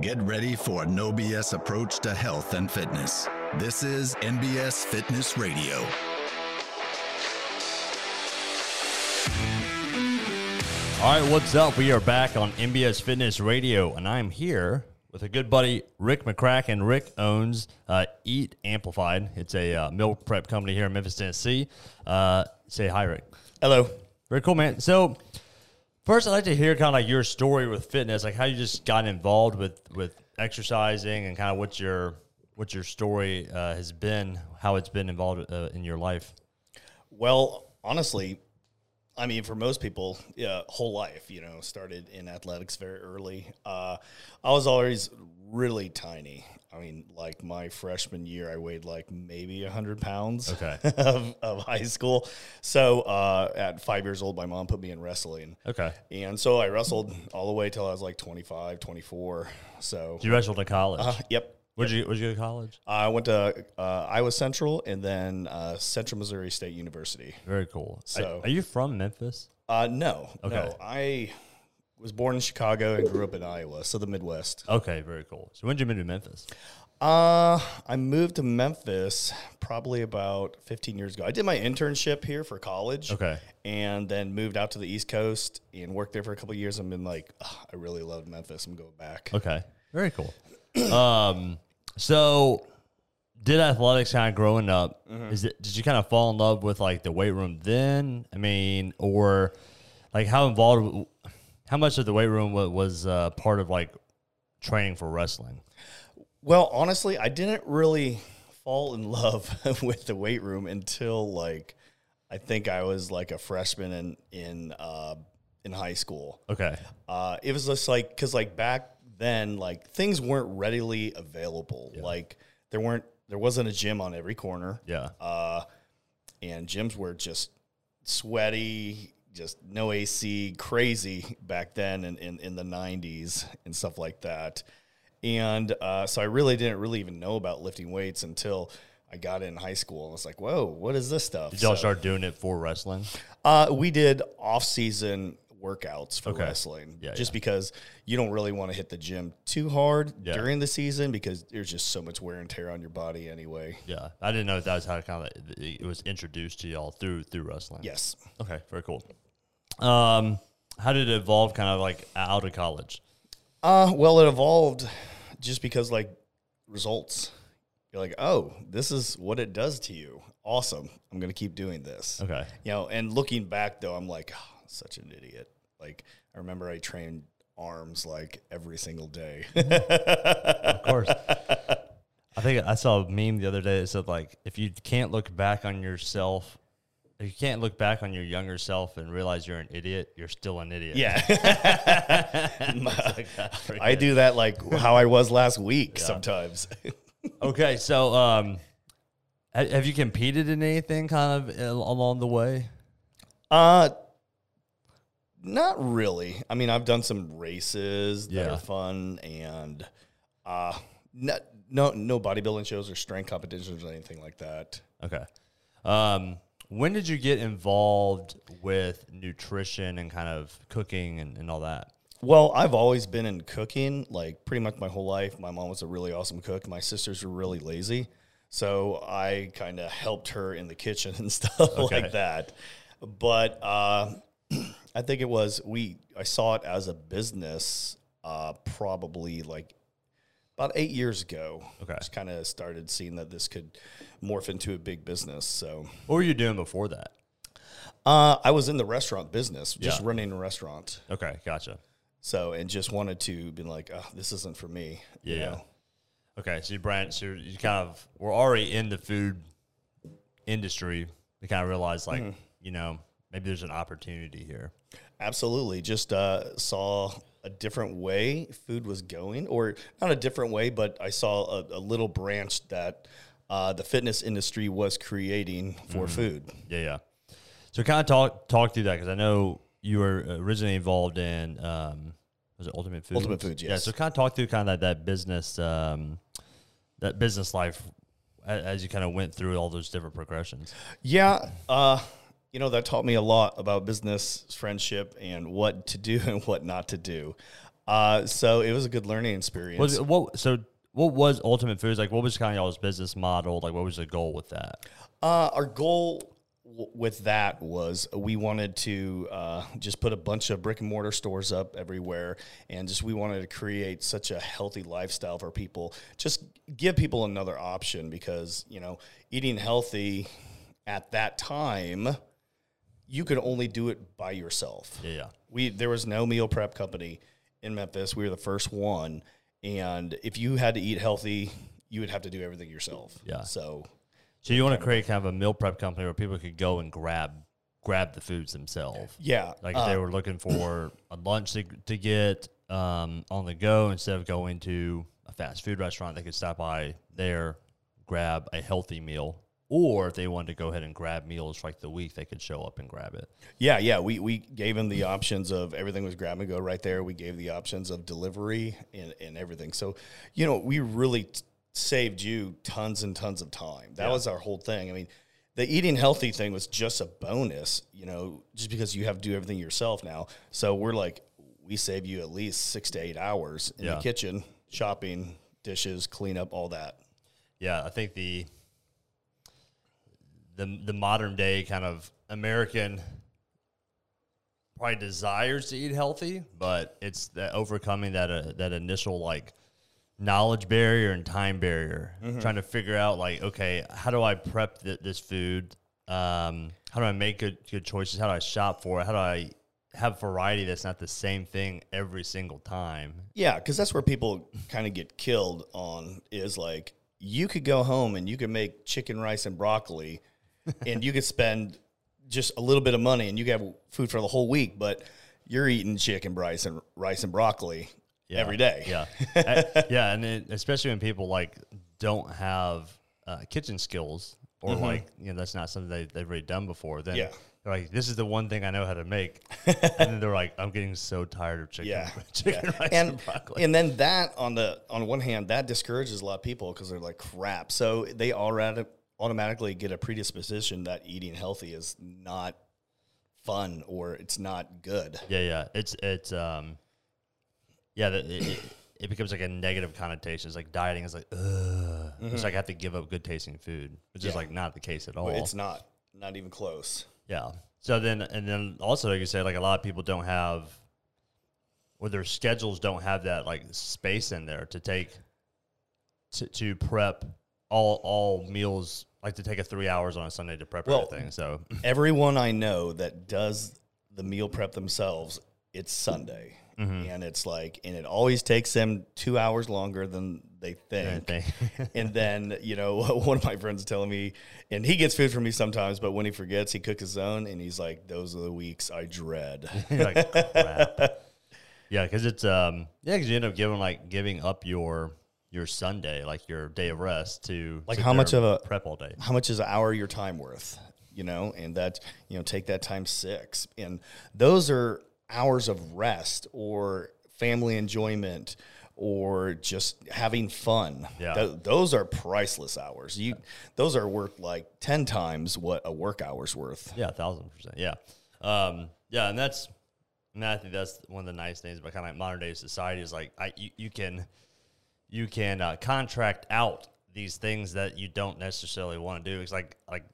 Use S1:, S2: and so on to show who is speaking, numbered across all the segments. S1: Get ready for a no BS approach to health and fitness. This is NBS Fitness Radio.
S2: All right, what's up? We are back on MBS Fitness Radio, and I'm here with a good buddy, Rick McCracken. Rick owns uh, Eat Amplified. It's a uh, milk prep company here in Memphis, Tennessee. Uh, say hi, Rick.
S3: Hello.
S2: Very cool, man. So, first, I'd like to hear kind of like your story with fitness, like how you just got involved with with exercising, and kind of what your what your story uh, has been, how it's been involved uh, in your life.
S3: Well, honestly, I mean, for most people, yeah, whole life, you know, started in athletics very early. Uh, I was always really tiny. I mean, like my freshman year, I weighed like maybe 100 pounds
S2: Okay.
S3: of, of high school. So uh, at five years old, my mom put me in wrestling.
S2: Okay,
S3: And so I wrestled all the way till I was like 25, 24. So,
S2: you wrestled in college.
S3: uh, yep.
S2: Where'd you Where'd you go to college?
S3: I went to uh, Iowa Central and then uh, Central Missouri State University.
S2: Very cool. Are-
S3: So-
S2: are you from Memphis?
S3: Uh, no,
S2: Okay.
S3: no. I was born in Chicago and grew up in Iowa, so the Midwest.
S2: Okay, very cool. So when did you move to Memphis?
S3: Uh, I moved to Memphis probably about 15 years ago. I did my internship here for college.
S2: Okay.
S3: And then moved out to the East Coast and worked there for a couple of years. I've been like, "Ugh, I really love Memphis. I'm going back.
S2: Okay, very cool. Um, so did athletics kind of growing up?
S3: Mm-hmm.
S2: Is it did you kind of fall in love with like the weight room then? I mean, or like how involved? How much of the weight room was, was uh, part of like training for wrestling?
S3: Well, honestly, I didn't really fall in love with the weight room until like I think I was like a freshman in in uh, in high school.
S2: Okay,
S3: uh, it was just like because like back then like things weren't readily available like there weren't there wasn't a gym on every corner
S2: yeah,
S3: uh, and gyms were just sweaty just no ac crazy back then in, in, in the 90s and stuff like that and uh, so i really didn't really even know about lifting weights until i got in high school and was like whoa what is this stuff
S2: did y'all
S3: So-
S2: start doing it for wrestling?
S3: uh, we did off season workouts for
S2: Okay.
S3: wrestling
S2: Yeah,
S3: just because you don't really want to hit the gym too hard
S2: Yeah.
S3: during the season because there's just so much wear and tear on your body anyway.
S2: Yeah, I didn't know if that was how kind of it was introduced to y'all through through wrestling.
S3: Yes.
S2: Okay, very cool. Um, how did it evolve kind of like out of college?
S3: Uh, well, it evolved just because like results. You're like, oh, this is what it does to you. Awesome. I'm going to keep doing this.
S2: Okay.
S3: You know, and looking back though, I'm like, "Ah, such an idiot. Like, I remember I trained arms like every single day.
S2: Of course. I think I saw a meme the other day that said like if you can't look back on yourself if you can't look back on your younger self and realize you're an idiot, you're still an idiot.
S3: yeah. I do that like how I was last week sometimes.
S2: Okay, so um ha- have you competed in anything kind of al- along the way?
S3: Uh not really. I mean, I've done some races that
S2: Yeah.
S3: are fun and uh no no no bodybuilding shows or strength competitions or anything like that.
S2: Okay. Um when did you get involved with nutrition and kind of cooking and, and all that?
S3: Well, I've always been in cooking, like pretty much my whole life. My mom was a really awesome cook. My sisters were really lazy. So I kind of helped her in the kitchen and stuff
S2: Okay.
S3: like that. But uh, I think it was, we, I saw it as a business uh, probably like about eight years ago.
S2: Okay.
S3: Just kind of started seeing that this could morph into a big business. So
S2: What were you doing before that?
S3: uh, I was in the restaurant business, just
S2: Yeah.
S3: running a restaurant.
S2: Okay, gotcha.
S3: So and just wanted to be like, oh, this isn't for me. you
S2: Yeah.
S3: know?
S2: Okay, so you brand, so you kind of we're already in the food industry. We kind of realized like you know maybe there's an opportunity here.
S3: absolutely. Just uh, saw a different way food was going, or not a different way, but I saw a, a little branch that uh, the fitness industry was creating for food.
S2: Yeah, yeah. So kind of talk talk through that because I know you were originally involved in um, was it Ultimate Food?
S3: Ultimate Foods,
S2: Yeah.
S3: yes.
S2: So kind of talk through kind of that, that business um, that business life a- as you kind of went through all those different progressions.
S3: Yeah, uh, you know that taught me a lot about business, friendship, and what to do and what not to do. Uh, Uh, so it was a good learning experience.
S2: Was it, what so? What was Ultimate Foods like? What was kind of y'all's business model? Like, what was the goal with that?
S3: Uh, our goal w- with that was we wanted to uh, just put a bunch of brick and mortar stores up everywhere, and just we wanted to create such a healthy lifestyle for people. Just give people another option because you know eating healthy at that time, you could only do it by yourself
S2: Yeah,
S3: we there was no meal prep company in Memphis. We were the first one, and if you had to eat healthy, you would have to do everything yourself.
S2: Yeah.
S3: So
S2: So you want to create kind of a meal prep company where people could go and grab grab the foods themselves.
S3: yeah,
S2: Like
S3: uh,
S2: if they were looking for a lunch to, to get um, on the go instead of going to a fast food restaurant, they could stop by there, grab a healthy meal. Or if they wanted to go ahead and grab meals for like the week, they could show up and grab it.
S3: yeah, yeah. We we gave them the options of everything was grab and go right there. We gave the options of delivery and and everything. So you know we really t- saved you tons and tons of time. That was our whole thing. I mean. The eating healthy thing was just a bonus, you know, just because you have to do everything yourself now. So we're like, we save you at least six to eight hours in
S2: Yeah.
S3: the kitchen, shopping, dishes, cleanup, all that.
S2: yeah, I think the the the modern day kind of American probably desires to eat healthy, but it's that overcoming that uh, that initial like knowledge barrier and time barrier, trying to figure out like okay, how do I prep th- this food? Um, how do I make good good choices? How do I shop for it? How do I have variety that's not the same thing every single time?
S3: Yeah, because that's where people kind of get killed on is like you could go home and you could make chicken rice and broccoli, and you could spend just a little bit of money and you could have food for the whole week, but you're eating chicken rice and rice and broccoli every day.
S2: Yeah, Uh, yeah, and it, especially when people like don't have uh, kitchen skills or like you know that's not something they they've really done before. Then
S3: Mm-hmm. Yeah.
S2: they're like, this is the one thing I know how to make, and then they're like, I'm getting so tired of chicken,
S3: Yeah.
S2: chicken
S3: Yeah.
S2: rice and,
S3: and
S2: broccoli.
S3: and then that on the on one hand that discourages a lot of people because they're like crap. So they already automatically get a predisposition that eating healthy is not fun or it's not good.
S2: yeah, yeah, it's it's um, yeah, the, it, it, it becomes like a negative connotation. It's like dieting is like, ugh, it's like I have to give up good tasting food, which is
S3: Mm-hmm. Yeah.
S2: like not the case at all.
S3: But It's not not even close.
S2: Yeah. So then, and then also, like you said, like a lot of people don't have, or their schedules don't have that like space in there to take, to, to prep all all meals. Like to take a three hours on a Sunday to prep
S3: Well-
S2: everything. So
S3: Everyone I know that does the meal prep themselves, it's Sunday. And it's like, and it always takes them two hours longer than they think.
S2: anything.
S3: and then, you know, one of my friends telling me, and he gets food from me sometimes, but when he forgets, he cooks his own. And he's like, those are the weeks I dread.
S2: You're like, crap. Yeah, because it's um yeah, because you end up giving like giving up your your Sunday, like your day of rest, to
S3: Like
S2: sit
S3: how much
S2: there
S3: of
S2: and
S3: a-
S2: prep all day?
S3: how much is an hour of your time worth you know and that you know take that time six and those are hours of rest or family enjoyment or just having fun
S2: Yeah.
S3: Tho- those are priceless hours you those are worth like 10 times what a work hour's worth
S2: Yeah, a thousand percent. Yeah, um, yeah, and that's, and I think that's one of the nice things about kind of like modern day society is like I you, you can, you can uh, contract out these things that you don't necessarily want to do. It's like like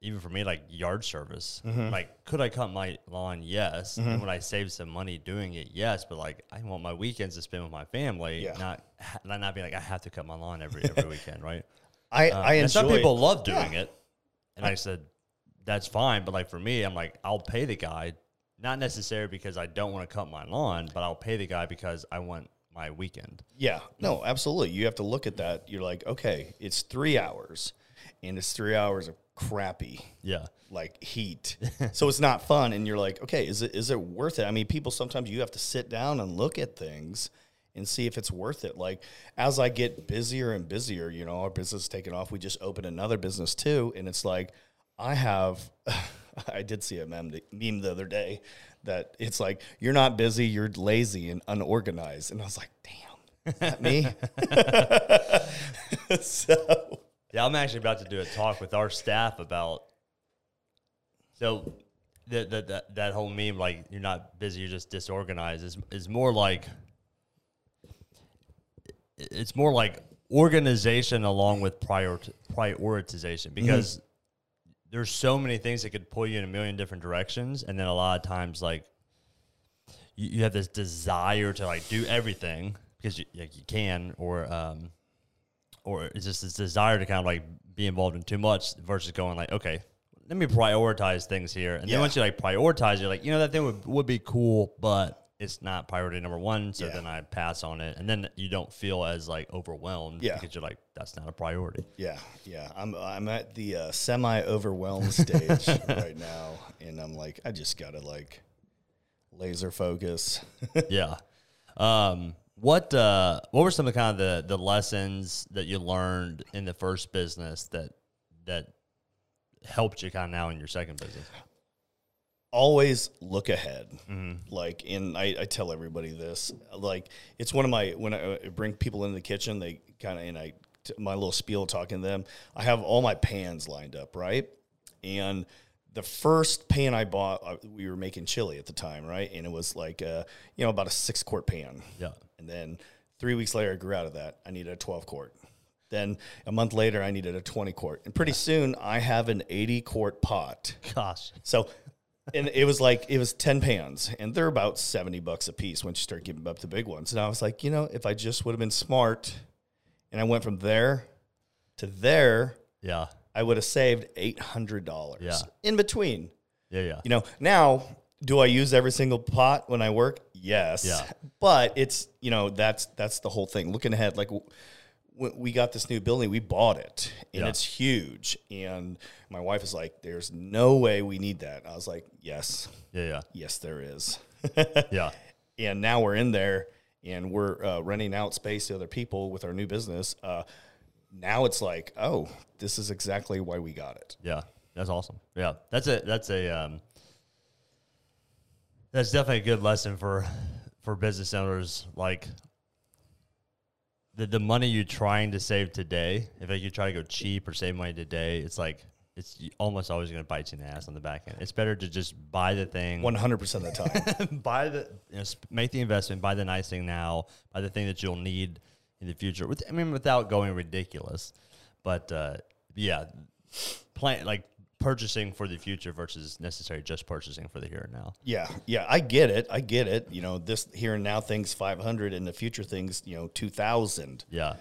S2: even for me like yard service. Like, could I cut my lawn? Yes. And would I save some money doing it? Yes. But like, I want my weekends to spend with my family,
S3: Yeah.
S2: not ha- not not being like I have to cut my lawn every every weekend, right?
S3: i
S2: Uh,
S3: i enjoy
S2: and some people love doing it. And I said, that's fine. But like for me, I'm like, I'll pay the guy, not necessarily because I don't want to cut my lawn, but I'll pay the guy because I want my weekend.
S3: Yeah, no, absolutely. You have to look at that. You're like, okay, it's three hours, and it's three hours of crappy,
S2: Yeah.
S3: like heat. so it's not fun, and you're like, okay, is it is it worth it? I mean, people sometimes you have to sit down and look at things and see if it's worth it. Like as I get busier and busier, you know, our business is taking off. We just opened another business too, and it's like I have. I did see a mem- meme the other day that it's like you're not busy, you're lazy and unorganized, and I was like, damn at me. so
S2: Yeah. I'm actually about to do a talk with our staff about. So the, the, the, that whole meme, like, you're not busy, you're just disorganized, is, is more like it's more like organization along with prior prioritization because there's so many things that could pull you in a million different directions, and then a lot of times like you, you have this desire to like do everything because you like you can or um or it's just this desire to kind of like be involved in too much versus going like okay let me prioritize things here and
S3: Yeah.
S2: then once you like prioritize you're like you know that thing would, would be cool but it's not priority number one so
S3: Yeah.
S2: then i pass on it and then you don't feel as like overwhelmed
S3: Yeah.
S2: because you're like that's not a priority
S3: Yeah, yeah. I'm I'm at the uh, semi overwhelmed stage right now, and I'm like, I just gotta like laser focus.
S2: yeah um what uh what were some of the kind of the the lessons that you learned in the first business that that helped you kind of now in your second business
S3: always look ahead. Like, and I, I tell everybody this. Like, it's one of my when I uh, bring people into the kitchen, they kind of and I t- my little spiel talking to them. I have all my pans lined up, right? And the first pan I bought, uh, we were making chili at the time, right? And it was like, uh, you know, about a six quart pan.
S2: yeah
S3: And then three weeks later, I grew out of that. I needed a 12 quart. Then a month later, I needed a 20 quart. And pretty soon, I have an 80 quart pot.
S2: gosh
S3: So, and it was like it was ten pans, and they're about seventy bucks a piece once you start giving up the big ones. And I was like, you know, if I just would have been smart, and I went from there to there,
S2: yeah
S3: I would have saved eight hundred dollars
S2: Yeah.
S3: in between.
S2: yeah yeah
S3: You know, now do I use every single pot when I work? Yes.
S2: Yeah.
S3: But it's you know that's that's the whole thing. Looking ahead, like w- when we got this new building, we bought it and
S2: Yeah.
S3: it's huge. And my wife is like, "There's no way we need that." I was like, "Yes,
S2: yeah yeah
S3: yes, there is."
S2: yeah
S3: and now we're in there and we're uh, renting out space to other people with our new business. Uh, now it's like, oh, this is exactly why we got it.
S2: Yeah, that's awesome. Yeah, that's a that's a um, that's definitely a good lesson for for business owners. Like the the money you're trying to save today, if like you try to go cheap or save money today, it's like it's almost always going to bite you in the ass on the back end. It's better to just buy the thing
S3: One hundred percent of the time.
S2: buy the you know, sp- make the investment, buy the nice thing now, buy the thing that you'll need in the future. With I mean, without going ridiculous, but uh, yeah, plan like purchasing for the future versus necessarily just purchasing for the here and now.
S3: Yeah, yeah, I get it. I get it. You know, this here and now things 500 and the future things, you know, 2000.
S2: Yeah,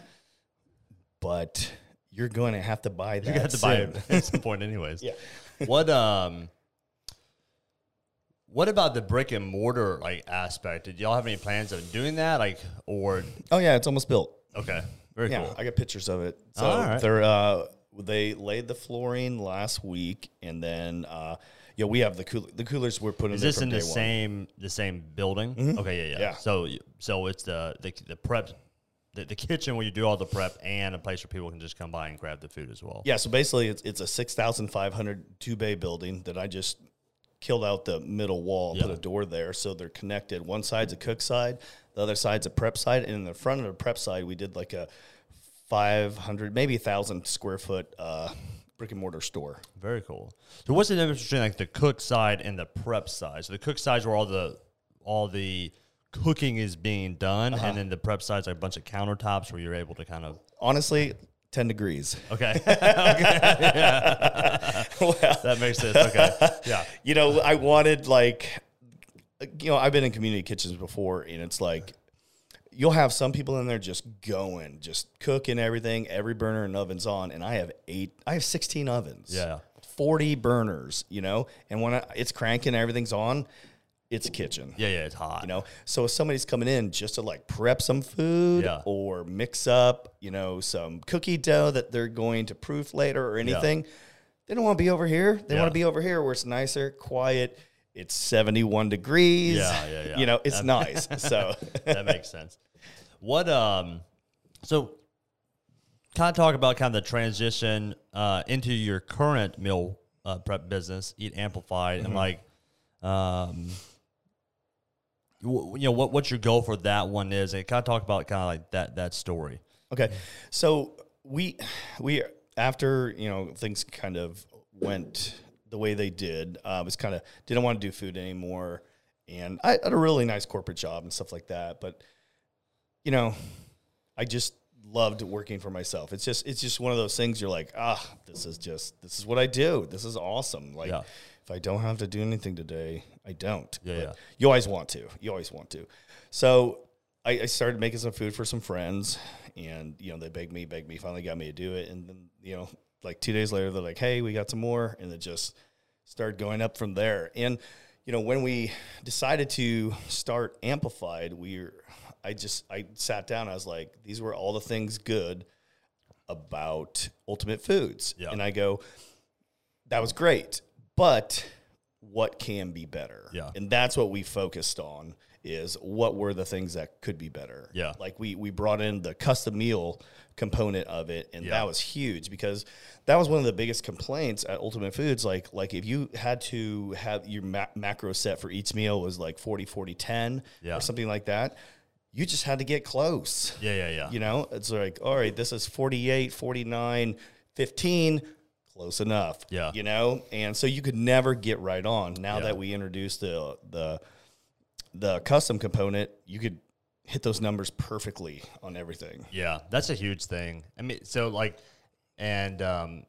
S3: But you're going to have to buy that.
S2: you got to buy it at some point, anyways.
S3: Yeah.
S2: what um. What about the brick and mortar like aspect? Did y'all have any plans of doing that? Like, or
S3: Oh yeah, it's almost built.
S2: okay, very
S3: Yeah,
S2: cool.
S3: I got pictures of it. So
S2: All right.
S3: they're uh they laid the flooring last week and then uh yeah, we have the cooler the coolers we're putting
S2: Is
S3: there
S2: this
S3: from
S2: in the
S3: day one. Mm-hmm.
S2: same the same building? Okay, yeah, yeah.
S3: Yeah.
S2: So y- so it's the the, the prep the, the kitchen where you do all the prep and a place where people can just come by and grab the food as well.
S3: Yeah, so basically it's it's a 6,500 two-bay building that I just killed out the middle wall, put a door there so they're connected. One side's a cook side, the other side's a prep side, and in the front of the prep side we did like a 500 maybe 1,000 square foot uh, brick and mortar store.
S2: Very cool. So what's the difference between like the cook side and the prep side? So the cook side's where all the all the cooking is being done,
S3: Uh-huh.
S2: and then the prep side's like a bunch of countertops where you're able to kind of
S3: Honestly, 10 degrees.
S2: okay, okay,
S3: well,
S2: that makes sense. Okay, yeah,
S3: you know, I wanted like, you know, I've been in community kitchens before, and it's like you'll have some people in there just going, just cooking everything, every burner and oven's on, and I have eight, I have sixteen ovens,
S2: Yeah.
S3: forty burners, you know, and when I, it's cranking, everything's on, it's a kitchen.
S2: yeah, yeah. It's hot.
S3: You know, so if somebody's coming in just to like prep some food
S2: Yeah.
S3: or mix up, you know, some cookie dough that they're going to proof later or anything, they don't want to be over here. They
S2: Yeah.
S3: want to be over here where it's nicer, quiet. It's 71 degrees.
S2: Yeah, yeah, yeah.
S3: You know, it's nice. So,
S2: that makes sense. What um so kind of talk about kind of the transition uh into your current meal uh, prep business, Eat Amplified, and like um w- you know what what your goal for that one is and kind of talk about kind of like that that story.
S3: okay. So, we, we, after, you know, things kind of went the way they did, uh, was kind of didn't want to do food anymore. And I had a really nice corporate job and stuff like that. But, you know, I just loved working for myself. It's just it's just one of those things you're like, ah, this is just this is what I do. This is awesome. Like
S2: Yeah.
S3: if I don't have to do anything today, I don't.
S2: Yeah, yeah.
S3: You always want to. You always want to. So I, I started making some food for some friends and you know, they begged me, begged me, finally got me to do it. And then, you know, like two days later they're like, Hey, we got some more and it just started going up from there. And you know, when we decided to start Amplified, we were, I just I sat down. I was like, these were all the things good about Ultimate Foods,
S2: Yeah.
S3: and I go, that was great, but what can be better?
S2: Yeah.
S3: and that's what we focused on is what were the things that could be better
S2: Yeah.
S3: like we we brought in the custom meal component of it and
S2: Yeah.
S3: that was huge because that was one of the biggest complaints at ultimate foods like like if you had to have your ma- macro set for each meal was like 40 40 10
S2: Yeah.
S3: or something like that you just had to get close
S2: Yeah, yeah, yeah.
S3: you know it's like all right this is 48 49 15 close enough
S2: Yeah.
S3: you know and so you could never get right on now
S2: Yeah.
S3: that we introduced the the the custom component you could hit those numbers perfectly on everything
S2: Yeah, that's a huge thing. I mean, so like, and um,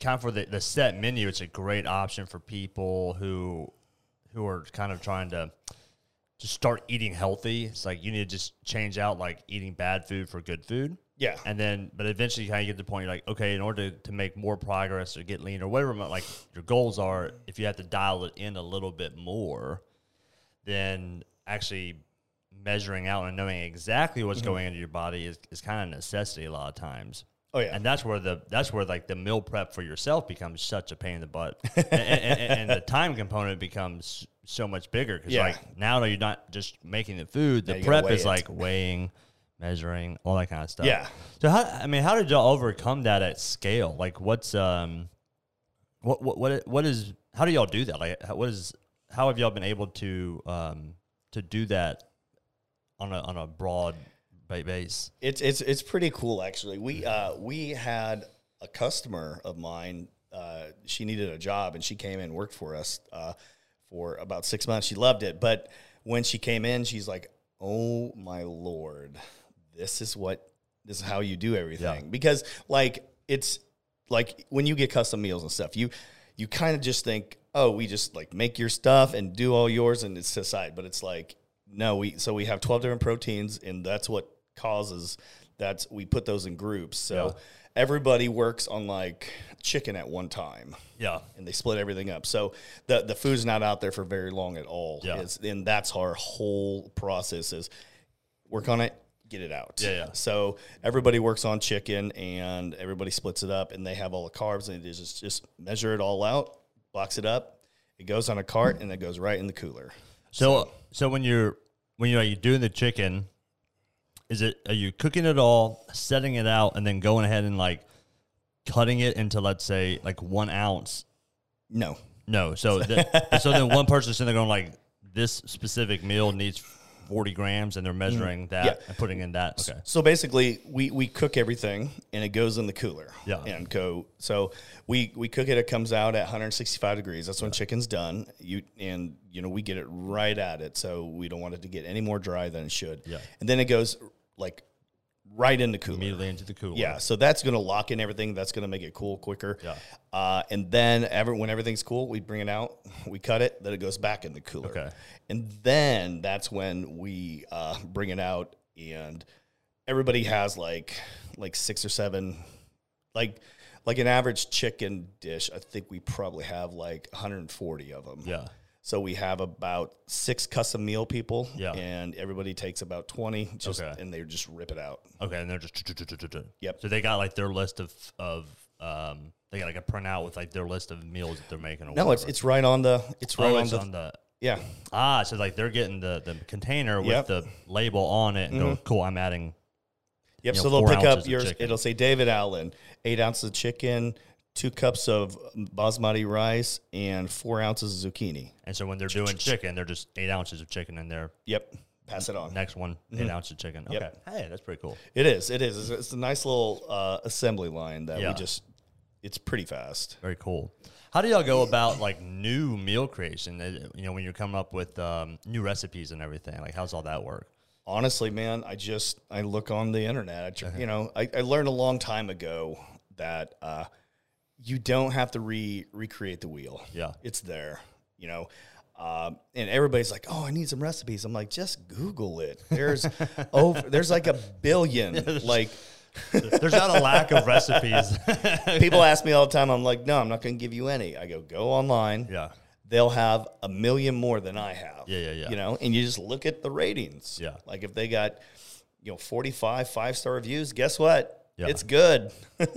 S2: kind of for the, the set menu, it's a great option for people who who are kind of trying to just start eating healthy. It's like you need to just change out like eating bad food for good food.
S3: yeah
S2: And then, but eventually, you kind of get to the point you're like, okay, in order to, to make more progress or get lean or whatever, like your goals are, if you have to dial it in a little bit more, then actually measuring out and knowing exactly what's
S3: Mm-hmm.
S2: going into your body is, is kind of a necessity a lot of times.
S3: oh yeah
S2: And that's where the that's where like the meal prep for yourself becomes such a pain in the butt, and, and, and- and the time component becomes so much bigger because
S3: Yeah.
S2: like now that you're not just making the food,
S3: Now
S2: the
S3: you gotta
S2: prep
S3: weigh
S2: is
S3: it.
S2: like weighing, measuring, all that kind of stuff.
S3: Yeah.
S2: So how I mean, how did y'all overcome that at scale? Like, what's um, what what what what is how do y'all do that? Like, how- what is how have y'all been able to um to do that on a on a broad ba- base?
S3: It's it's it's pretty cool actually. We uh we had a customer of mine. Uh, she needed a job and she came and worked for us uh, for about six months. She loved it, but when she came in, she's like, "Oh my lord, this is what this is how you do everything." Because like it's like when you get custom meals and stuff, you you kind of just think, "Oh, we just like make your stuff and do all yours and it's aside." But it's like no, we so we have twelve different proteins, and that's what causes that we put those in groups. So
S2: Yeah.
S3: everybody works on like chicken at one time,
S2: Yeah.
S3: and they split everything up. So the the food's not out there for very long at all.
S2: Yeah.
S3: It's, and that's our whole process is work on it, get it out.
S2: Yeah, yeah.
S3: So everybody works on chicken, and everybody splits it up, and they have all the carbs, and they just just measure it all out, box it up. It goes on a cart, and it goes right in the cooler.
S2: So so when you're when you're, you're doing the chicken, is it are you cooking it all, setting it out, and then going ahead and like cutting it into let's say like one ounce?
S3: No,
S2: No, so th- so then one person's sitting there going like this specific meal needs forty grams, and they're measuring that
S3: Mm, Yeah.
S2: and putting in that. Okay,
S3: So basically, we we cook everything and it goes in the cooler.
S2: Yeah.
S3: And go so we we cook it. It comes out at 165 degrees. That's when chicken's done. You and you know we get it right at it, so we don't want it to get any more dry than it should.
S2: Yeah.
S3: And then it goes like right in the cooler.
S2: immediately into the cooler.
S3: Yeah, so that's going to lock in everything. That's going to make it cool quicker.
S2: Yeah.
S3: Uh, and then ever when everything's cool, we bring it out, we cut it, then it goes back in the cooler.
S2: Okay.
S3: And then that's when we uh, bring it out, and everybody has like like six or seven, like like an average chicken dish. I think we probably have like 140 of them.
S2: yeah,
S3: So we have about six custom meal people.
S2: Yeah.
S3: And everybody takes about 20, just
S2: Okay.
S3: and they just rip it out.
S2: okay, and they're just
S3: Yep.
S2: So they got like their list of of um they got like a printout with like their list of meals that they're making. Or
S3: No, it's
S2: whatever.
S3: it's right on the it's right
S2: Oh,
S3: on
S2: it's
S3: the
S2: on the
S3: yeah
S2: Ah, so like they're getting the, the container with
S3: Yep. Mm-hmm.
S2: the label on it, and go, cool, I'm adding.
S3: yep.
S2: know,
S3: so they'll
S2: four
S3: pick
S2: ounces
S3: up
S2: of
S3: yours.
S2: chicken.
S3: It'll say David Allen, eight ounces of chicken, two cups of basmati rice, and four ounces of zucchini.
S2: And so when they're doing chicken, they're just eight ounces of chicken in there.
S3: Yep, pass it on.
S2: Next one, eight ounces of chicken. Okay.
S3: Mm-hmm. Yep.
S2: Hey, that's pretty cool.
S3: It is. It is. It's, it's a nice little uh, assembly line that
S2: Yeah.
S3: we just. It's pretty fast.
S2: Very cool. How do y'all go about like new meal creation? Uh, You know, when you're coming up with um, new recipes and everything, like how's all that work?
S3: honestly, man, I just I look on the internet. I, tr- You know, I, I learned a long time ago that uh, you don't have to re recreate the wheel.
S2: Yeah.
S3: it's there. You know. Um, and everybody's like, "Oh, I need some recipes." I'm like, "Just Google it." There's, oh, there's like a billion. Like,
S2: There's not a lack of recipes.
S3: people ask me all the time. I'm like, "No, I'm not going to give you any." I go, "Go online."
S2: yeah.
S3: they'll have a million more than I have.
S2: Yeah, yeah, yeah.
S3: You know, and you just look at the ratings.
S2: Yeah.
S3: Like if they got, you know, 45 five star reviews, guess what?
S2: Yeah.
S3: It's good.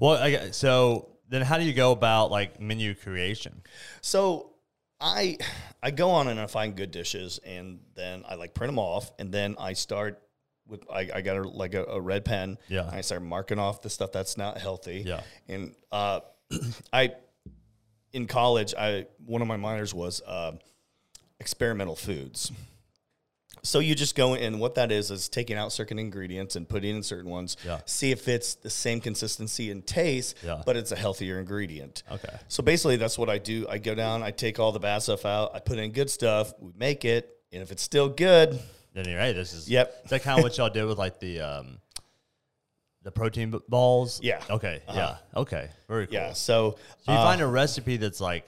S2: Well, I, gue- so then how do you go about like menu creation?
S3: So I I go on and I find good dishes and then I like print them off and then I start with I, I got a, like a, a red pen.
S2: Yeah.
S3: And I start marking off the stuff that's not healthy.
S2: Yeah.
S3: And uh, I in college I one of my minors was uh, experimental foods. So you just go in, and what that is is taking out certain ingredients and putting in certain ones.
S2: Yeah.
S3: See if it's the same consistency and taste,
S2: Yeah.
S3: but it's a healthier ingredient.
S2: Okay.
S3: So basically, that's what I do. I go down, I take all the bad stuff out, I put in good stuff, we make it, and if it's still good,
S2: Then you're right. This is
S3: Yep.
S2: Is that kind of what y'all did with like the um, the protein b- balls?
S3: Yeah. Uh-huh.
S2: Okay. Yeah. Okay. Very cool.
S3: yeah. So,
S2: So you
S3: uh,
S2: find a recipe that's like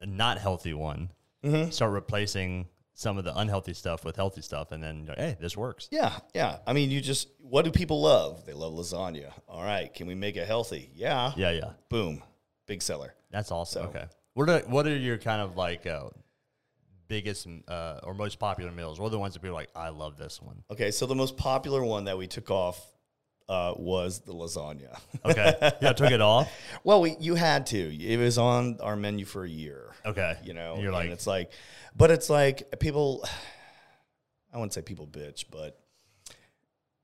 S2: a not healthy one,
S3: Mm-hmm.
S2: start replacing some of the unhealthy stuff with healthy stuff, and then you're like, hey, this works.
S3: yeah, yeah. I mean, you just what do people love? They love lasagna. All right, can we make it healthy? Yeah.
S2: Yeah. Yeah.
S3: Boom, big seller.
S2: That's awesome.
S3: So-
S2: Okay. What are what are your kind of like uh, biggest uh, or most popular meals? What are the ones that people are like? I love this one.
S3: Okay, so the most popular one that we took off uh, was the lasagna.
S2: Okay. yeah. Took it off.
S3: well, we, you had to. It was on our menu for a year.
S2: Okay.
S3: you know
S2: you're
S3: and
S2: like
S3: it's like but it's like people i wouldn't say people bitch but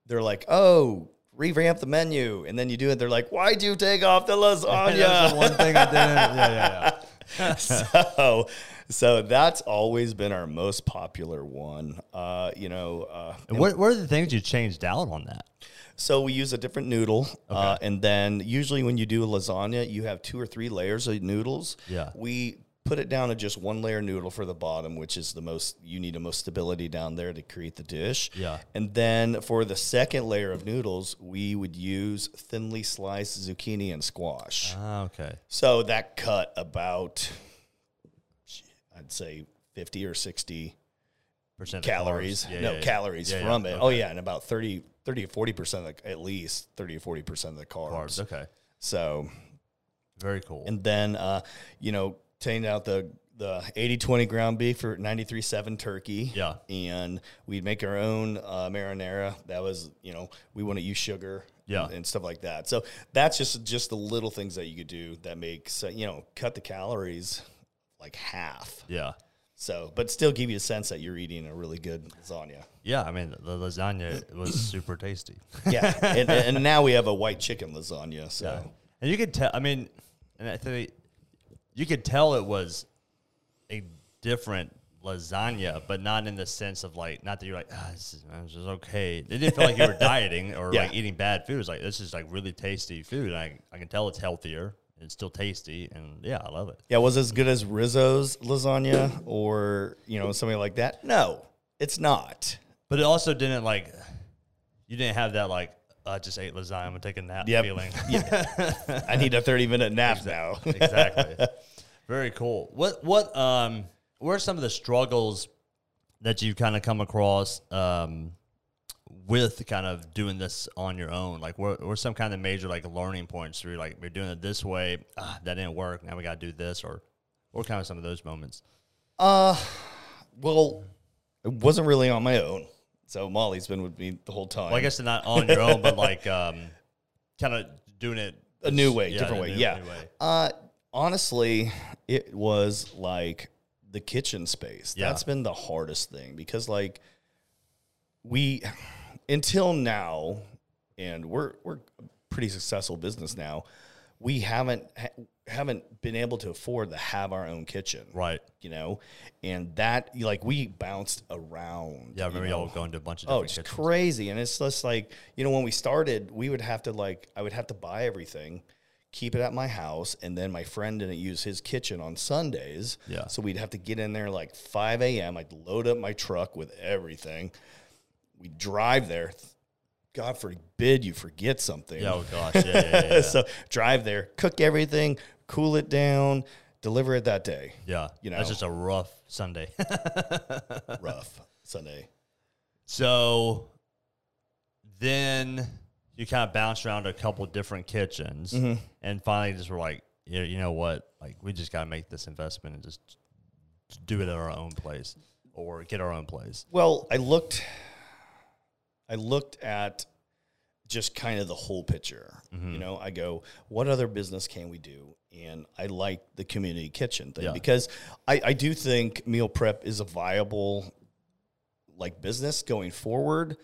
S3: they're like oh revamp the menu and then you do it they're like why'd you take off the
S2: That's
S3: lasagna
S2: the one thing I didn't. "Oh, Yeah, yeah, yeah.
S3: so so that's always been our most popular one uh you know uh
S2: And what, what are the things you changed out on that?
S3: So we use a different noodle, uh, and then usually when you do a lasagna, you have two or three layers of noodles.
S2: Yeah.
S3: we put it down to just one layer noodle for the bottom, which is the most you need the most stability down there to create the dish.
S2: Yeah.
S3: and then for the second layer of noodles, we would use thinly sliced zucchini and squash.
S2: Ah, okay.
S3: So that cut about, I'd say, fifty or sixty
S2: Percent of
S3: calories
S2: carbs. Yeah,
S3: no
S2: yeah, yeah.
S3: calories
S2: Yeah, yeah.
S3: from it oh yeah and about 30 30 to 40 percent like at least 30 to 40 percent of the carbs,
S2: Carbs. Okay.
S3: so
S2: Very cool.
S3: and then uh you know taking out the the 80 20 ground beef for 93 7 turkey
S2: Yeah.
S3: and we'd make our own uh, marinara that was you know we wouldn't use sugar
S2: Yeah.
S3: and, and stuff like that so that's just just the little things that you could do that makes uh, you know cut the calories like half
S2: yeah.
S3: so but still give you a sense that you're eating a really good lasagna
S2: Yeah. I mean, the lasagna was super tasty.
S3: yeah, and, and now we have a white chicken lasagna. So
S2: And you could tell, I mean, and I think you could tell it was a different lasagna, but not in the sense of like, not that you're like, ah, this is, this is okay. It didn't feel like you were dieting or
S3: Yeah.
S2: like eating bad food. It was like, this is like really tasty food. I, I can tell it's healthier. It's still tasty. And yeah, I love it.
S3: yeah, was it as good as Rizzo's lasagna or you know something like that? No, it's not.
S2: But it also didn't like you didn't have that like I just ate lasagna. I'm gonna take a nap
S3: Yep.
S2: feeling.
S3: I need a thirty minute nap now.
S2: exactly. Very cool. What what um what are some of the struggles that you've kind of come across um with kind of doing this on your own? Like what were some kind of major like learning points where you're like we're doing it this way, ah, that didn't work, now we gotta do this or or kind of some of those moments.
S3: Uh, well, it wasn't really on my own. So Molly's been with me the whole time.
S2: Well, I guess they're not on your own, but like um kind of doing it
S3: a new way,
S2: yeah,
S3: different
S2: a
S3: way.
S2: new-
S3: yeah.
S2: new way.
S3: Uh, honestly, it was like the kitchen space.
S2: Yeah.
S3: That's been the hardest thing because, like, we until now, and we're we're a pretty successful business now. We haven't ha- haven't been able to afford to have our own kitchen,
S2: Right.
S3: you know, and that like we bounced around.
S2: Yeah, I
S3: you
S2: remember
S3: know?
S2: y'all going to a bunch of
S3: Oh,
S2: different
S3: it's
S2: kitchens.
S3: crazy. And it's just like, you know, when we started, we would have to like I would have to buy everything, keep it at my house, and then my friend didn't use his kitchen on Sundays.
S2: Yeah.
S3: So we'd have to get in there like five AM. I'd load up my truck with everything. we drive there. God forbid you forget something.
S2: Yeah, oh gosh, yeah, yeah, yeah, yeah.
S3: so drive there, cook everything, cool it down, deliver it that day.
S2: yeah.
S3: you
S2: that's
S3: know.
S2: just a rough Sunday.
S3: Rough Sunday.
S2: so then you kind of bounced around a couple different kitchens, and finally just were like, yeah, you know what? Like we just got to make this investment and just do it at our own place or get our own place.
S3: Well, I looked I looked at just kind of the whole picture.
S2: Mm-hmm.
S3: You know, I go, what other business can we do? And I like the community kitchen thing
S2: Yeah.
S3: because I, I do think meal prep is a viable like business going forward.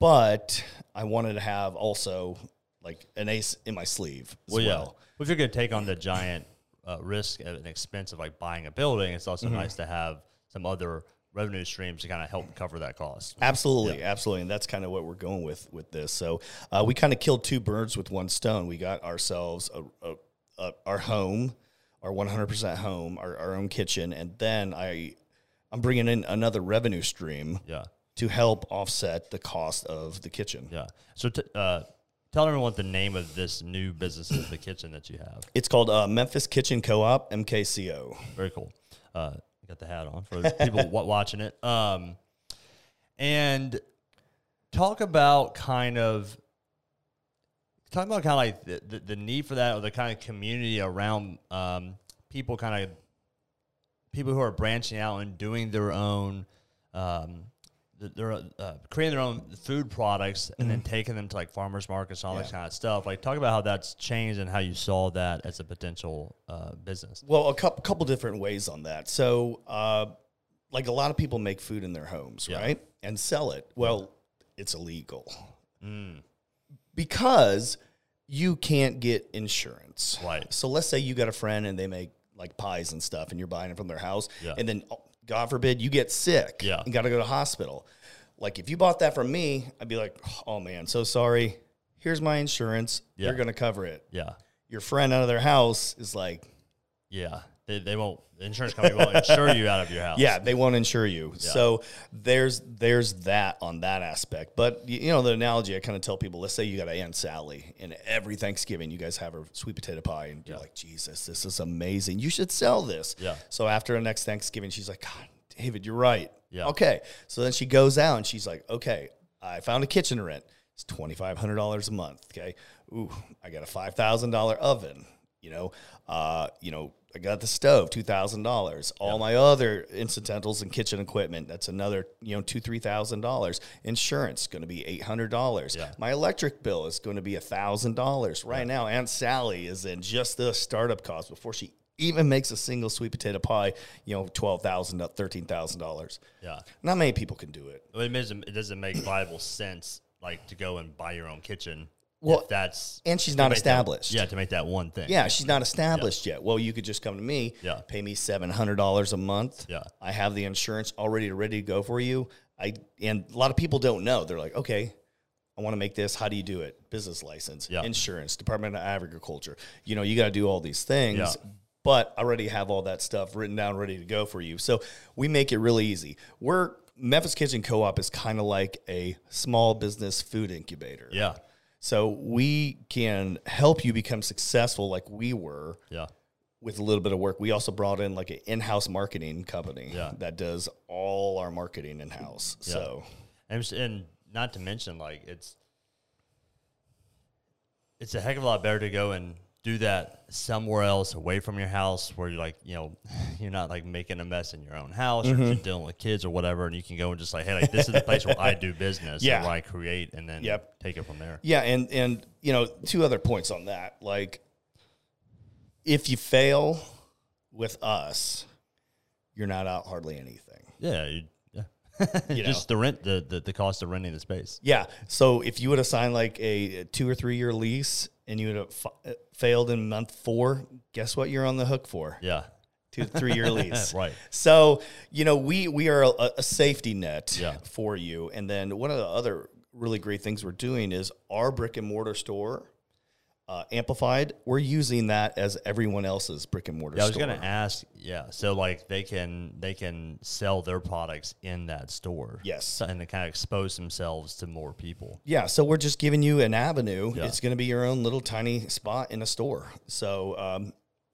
S3: But I wanted to have also like an ace in my sleeve as well.
S2: well, yeah. If you're going to take on the giant uh, risk at an expense of like buying a building, it's also nice to have some other revenue streams to kind of help cover that cost.
S3: Absolutely, absolutely, and that's kind of what we're going with with this. So uh, we kind of killed two birds with one stone. We got ourselves a, a, a our home, our one hundred percent home, our, our own kitchen, and then I I'm bringing in another revenue stream
S2: Yeah,
S3: to help offset the cost of the kitchen.
S2: yeah. So t- uh, tell everyone what the name of this new business is, the kitchen that you have.
S3: It's called uh, Memphis Kitchen Co-op (MKCO).
S2: Very cool. Uh, got the hat on for the people w- watching it. Um, and talk about kind of talk about kind of like the, the, the need for that or the kind of community around um, people kind of people who are branching out and doing their own um, th- their uh, creating their own food products and then taking them to like farmers markets and all that kind of stuff like talk about how that's changed and how you saw that as a potential uh, business
S3: Well, a couple, couple different ways on that. So, uh, like a lot of people make food in their homes, right, and sell it. Well, it's illegal
S2: Mm.
S3: because you can't get insurance.
S2: Right.
S3: So let's say you got a friend and they make like pies and stuff, and you're buying it from their house,
S2: Yeah.
S3: and then oh, God forbid you get sick,
S2: Yeah.
S3: and got to go to hospital. Like if you bought that from me, I'd be like, oh man, so sorry. Here's my insurance.
S2: Yeah.
S3: You're gonna cover it.
S2: yeah
S3: Your friend out of their house is like,
S2: Yeah, they, they won't. The insurance company won't insure you out of your house.
S3: Yeah, they won't insure you. So there's there's that on that aspect. But y- you know the analogy I kind of tell people: let's say you got Aunt Sally, and every Thanksgiving you guys have her sweet potato pie, and you're like, Jesus, this is amazing. You should sell this.
S2: Yeah.
S3: So after the next Thanksgiving, she's like, God, David, you're right.
S2: Yeah.
S3: Okay. So then she goes out and she's like, Okay, I found a kitchen to rent. It's twenty five hundred dollars a month. Okay. Ooh, I got a five thousand dollar oven. You know, uh, you know, I got the stove, two thousand dollars. All my other incidentals and kitchen equipment, that's another, you know, two three thousand dollars. Insurance going to be eight hundred dollars.
S2: Yeah.
S3: My electric bill is going to be thousand dollars. Right now, Aunt Sally is in just the startup cost before she even makes a single sweet potato pie. You know, twelve thousand, thirteen thousand dollars.
S2: yeah.
S3: Not many people can do it.
S2: Well, It doesn't, it doesn't make viable sense, like to go and buy your own kitchen.
S3: Well,
S2: if that's
S3: and she's
S2: to
S3: not
S2: make that-
S3: established.
S2: yeah, to make that one thing.
S3: Yeah, she's not established yet. Well, you could just come to me,
S2: Yeah.
S3: pay me seven hundred dollars a month.
S2: Yeah.
S3: I have the insurance already ready to go for you. I and a lot of people don't know. They're like, okay, I want to make this. How do you do it? Business license,
S2: Yeah.
S3: insurance, Department of Agriculture. You know, you got to do all these things.
S2: Yeah.
S3: But I already have all that stuff written down, ready to go for you. So we make it really easy. We're Memphis Kitchen Co-op is kind of like a small business food incubator.
S2: yeah,
S3: So we can help you become successful like we were
S2: yeah,
S3: with a little bit of work. We also brought in like an in-house marketing company
S2: Yeah.
S3: that does all our marketing in-house. So
S2: and, s- and not to mention, like it's it's a heck of a lot better to go and do that somewhere else away from your house where you're like you know you're not like making a mess in your own house or
S3: Mm-hmm.
S2: you're dealing with kids or whatever and you can go and just like hey like this is the place where i do business
S3: Yeah.
S2: and where i create and then
S3: Yep.
S2: take it from there
S3: yeah, and and you know, two other points on that. Like if you fail with us, you're not out hardly anything.
S2: yeah, you, yeah.
S3: You
S2: just the rent the, the the cost of renting the space
S3: Yeah. So if you would have signed like a two or three year lease and you would have f- failed in month 4, guess what you're on the hook for?
S2: yeah
S3: two three year lease.
S2: Right.
S3: So you know we we are a, a safety net
S2: Yeah.
S3: for you. And then one of the other really great things we're doing is our brick and mortar store uh, amplified. We're using that as everyone else's brick and mortar.
S2: Yeah, I was
S3: store.
S2: gonna ask. Yeah, so like they can they can sell their products in that store.
S3: Yes.
S2: So- and to kind of expose themselves to more people.
S3: Yeah, so we're just giving you an avenue.
S2: Yeah.
S3: It's going to be your own little tiny spot in a store. So um,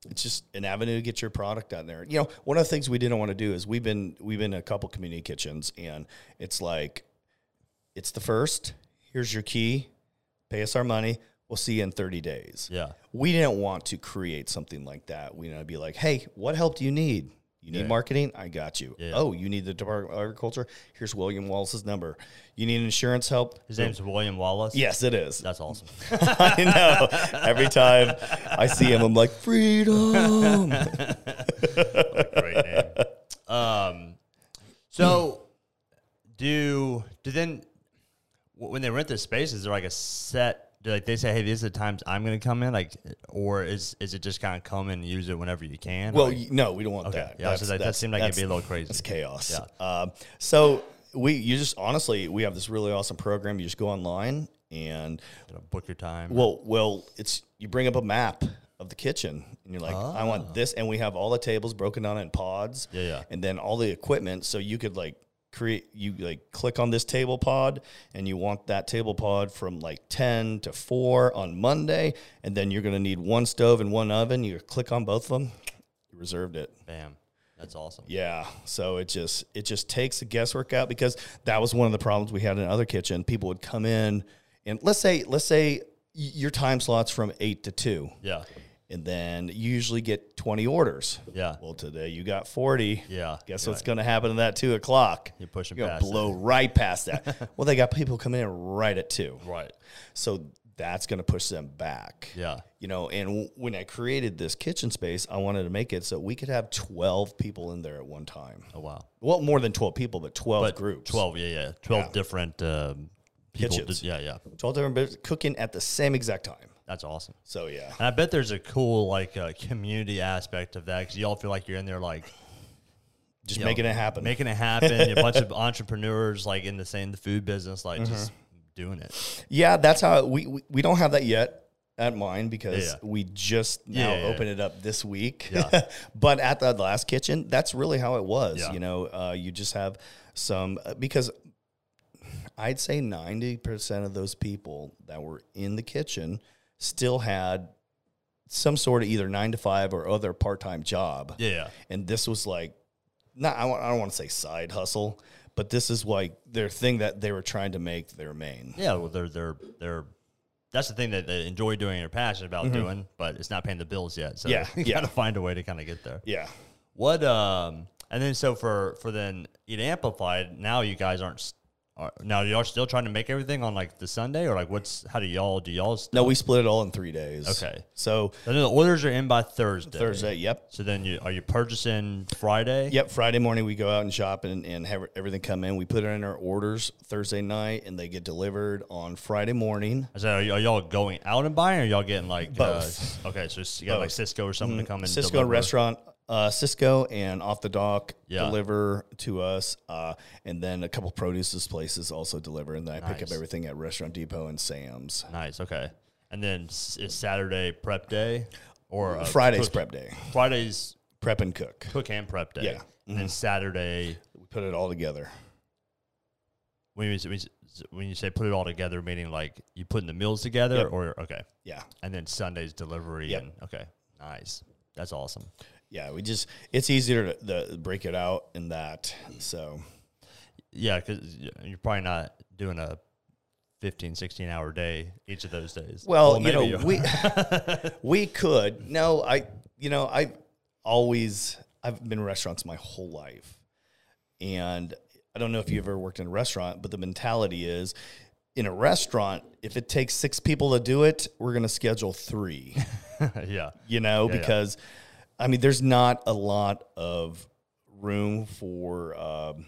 S3: it's just an avenue to get your product out there. You know, one of the things we didn't want to do is we've been we've been in a couple community kitchens, and it's like, it's the first. Here's your key. Pay us our money. We'll see you in 30 days.
S2: Yeah,
S3: We didn't want to create something like that. We want to be like, hey, what help do you need? You need marketing? I got you.
S2: Yeah.
S3: Oh, you need the Department of Agriculture? Here's William Wallace's number. You need insurance help?
S2: his name's William Wallace.
S3: Yes, it is.
S2: that's awesome.
S3: I know. Every time I see him, I'm like, freedom.
S2: Great name. Um, so do do then wh- when they rent their space, is there like a set? Do like they say, hey, these are the times I'm gonna come in, like, or is is it just kind of come and use it whenever you can?
S3: Well,
S2: Like-
S3: y- no, we don't want
S2: Okay.
S3: that.
S2: Yeah, I was just like, that seemed like it'd be a little crazy.
S3: It's chaos. Um, so we, you just honestly, we have this really awesome program. You just go online and
S2: you know, book your time.
S3: Well, well, it's you bring up a map of the kitchen, and you're like, I want this, and we have all the tables broken down in pods.
S2: Ah. Yeah, yeah.
S3: And then all the equipment, so you could like create. You like click on this table pod, and you want that table pod from like ten to four on Monday, and then you're gonna need one stove and one oven. You click on both of them. You reserved it.
S2: bam, that's awesome.
S3: Yeah. So it just it just takes the guesswork out because that was one of the problems we had in other kitchen. People would come in and let's say let's say y- your time slots from eight to two,
S2: Yeah,
S3: and then you usually get twenty orders.
S2: Yeah.
S3: Well, today you got forty.
S2: Yeah,
S3: Guess
S2: you're
S3: what's going to happen to that two o'clock?
S2: You're pushing
S3: You're gonna
S2: past
S3: blow right past that. well, they got people coming in right at two,
S2: right.
S3: so that's going to push them back
S2: Yeah,
S3: you know and w- when i created this kitchen space i wanted to make it so we could have 12 people in there at one time
S2: oh wow.
S3: well more than 12 people but 12 groups
S2: 12, yeah, yeah. 12 different um, people.
S3: Kitchens.
S2: Did, yeah, yeah.
S3: 12 different bits cooking at the same exact time
S2: That's awesome.
S3: so yeah
S2: And I bet there's a cool, like, uh, community aspect of that because you all feel like you're in there, like,
S3: just
S2: you know,
S3: making it happen
S2: Making it happen. a bunch of entrepreneurs, like, in the same the food business, like,
S3: Mm-hmm.
S2: just doing it.
S3: yeah that's how we, we we don't have that yet at mine because
S2: Yeah.
S3: we just now
S2: Yeah, yeah,
S3: open it up this week
S2: Yeah.
S3: but at the last kitchen that's really how it was
S2: Yeah.
S3: you know uh, you just have some uh, because I'd say 90% of those people that were in the kitchen still had some sort of either nine to five or other part time job.
S2: Yeah, yeah.
S3: And this was like, not, I, wa- I don't want to say side hustle, but this is like their thing that they were trying to make their main.
S2: Yeah, well, they're, they're, they're, that's the thing that they enjoy doing and are passionate about doing, but it's not paying the bills yet. So
S3: Mm-hmm.
S2: you
S3: Yeah, yeah.
S2: got to find a way to kind of get there.
S3: Yeah.
S2: What um and then so for for then eat amplified now you guys aren't s- are, now y'all still trying to make everything on like the Sunday or like what's how do y'all do y'all
S3: No, we split it all in three days.
S2: Okay.
S3: So
S2: I know the orders are in by Thursday
S3: Thursday, yep.
S2: so then you are you purchasing Friday
S3: Yep, Friday morning we go out and shop and, and have everything come in. We put it in our orders Thursday night and they get delivered on Friday morning.
S2: I said are, y- are y'all going out and buying or y'all getting like
S3: Both. Mm-hmm.
S2: uh, okay so you got like Cisco or something to come in
S3: Cisco restaurant, uh, Cisco and off the dock
S2: Yeah.
S3: deliver to us, uh, and then a couple produce places also deliver, and then I pick up
S2: Nice.
S3: everything at Restaurant Depot and Sam's.
S2: nice okay and then s- is Saturday prep day or uh,
S3: Friday's
S2: cook,
S3: prep day,
S2: Friday's
S3: prep and cook.
S2: cook and prep day
S3: Yeah. Mm-hmm.
S2: and then Saturday
S3: We put it all together.
S2: When you, when you- when you say put it all together, meaning like you putting the meals together,
S3: Yep.
S2: or okay,
S3: Yeah,
S2: and then Sunday's delivery,
S3: Yep.
S2: and okay, nice, that's awesome.
S3: yeah. We just it's easier to the, break it out in that. So
S2: Yeah, because you're probably not doing a 15, 16 hour day each of those days.
S3: Well, you
S2: maybe
S3: know, we we could. No, I you know, I always I've been in restaurants my whole life. And I don't know if you ever worked in a restaurant, but the mentality is in a restaurant, if it takes six people to do it, we're gonna schedule three.
S2: yeah,
S3: You know,
S2: yeah.
S3: because I mean there's not a lot of room for um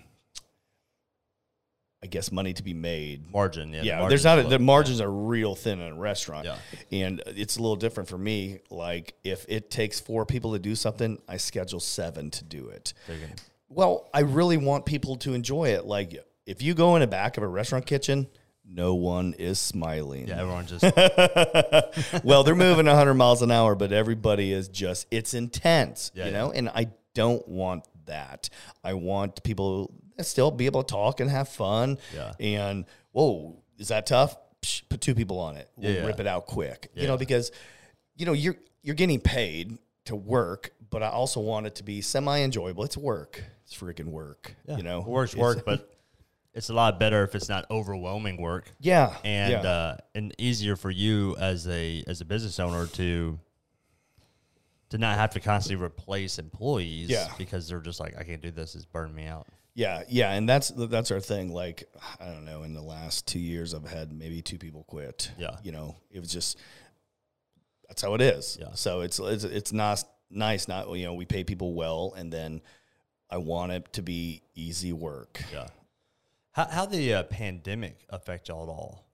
S3: I guess money to be made
S2: margin. Yeah, the
S3: yeah,
S2: margin's
S3: there's not a,
S2: low.
S3: the margins are real thin in a restaurant,
S2: Yeah.
S3: and it's a little different for me. Like if it takes four people to do something, I schedule seven to do it.
S2: They're gonna-
S3: Well, I really want people to enjoy it. Like if you go in the back of a restaurant kitchen, no one is smiling.
S2: Yeah, everyone just
S3: well, they're moving 100 miles an hour, but everybody is just, it's intense,
S2: Yeah,
S3: you
S2: yeah.
S3: know? And I don't want that. I want people to still be able to talk and have fun.
S2: Yeah.
S3: And, whoa, is that tough? Psh, put two people on it. We'll
S2: Yeah.
S3: rip it out quick, you
S2: Yeah.
S3: know, because, you know, you're, you're getting paid to work, but I also want it to be semi enjoyable. It's work. It's freaking work, you know?
S2: work's
S3: It's-
S2: work, but it's a lot better if it's not overwhelming work
S3: Yeah.
S2: and
S3: yeah.
S2: uh, and easier for you as a as a business owner to to not have to constantly replace employees
S3: Yeah.
S2: because they're just like I can't do this it's burning me out.
S3: Yeah, yeah, and that's that's our thing. Like, I don't know. In the last two years, I've had maybe two people quit.
S2: Yeah.
S3: you know, it was just that's how it is.
S2: Yeah.
S3: So it's it's it's not nice. Not you know, we pay people well, and then I want it to be easy work.
S2: Yeah. How how the uh, pandemic affect y'all at all?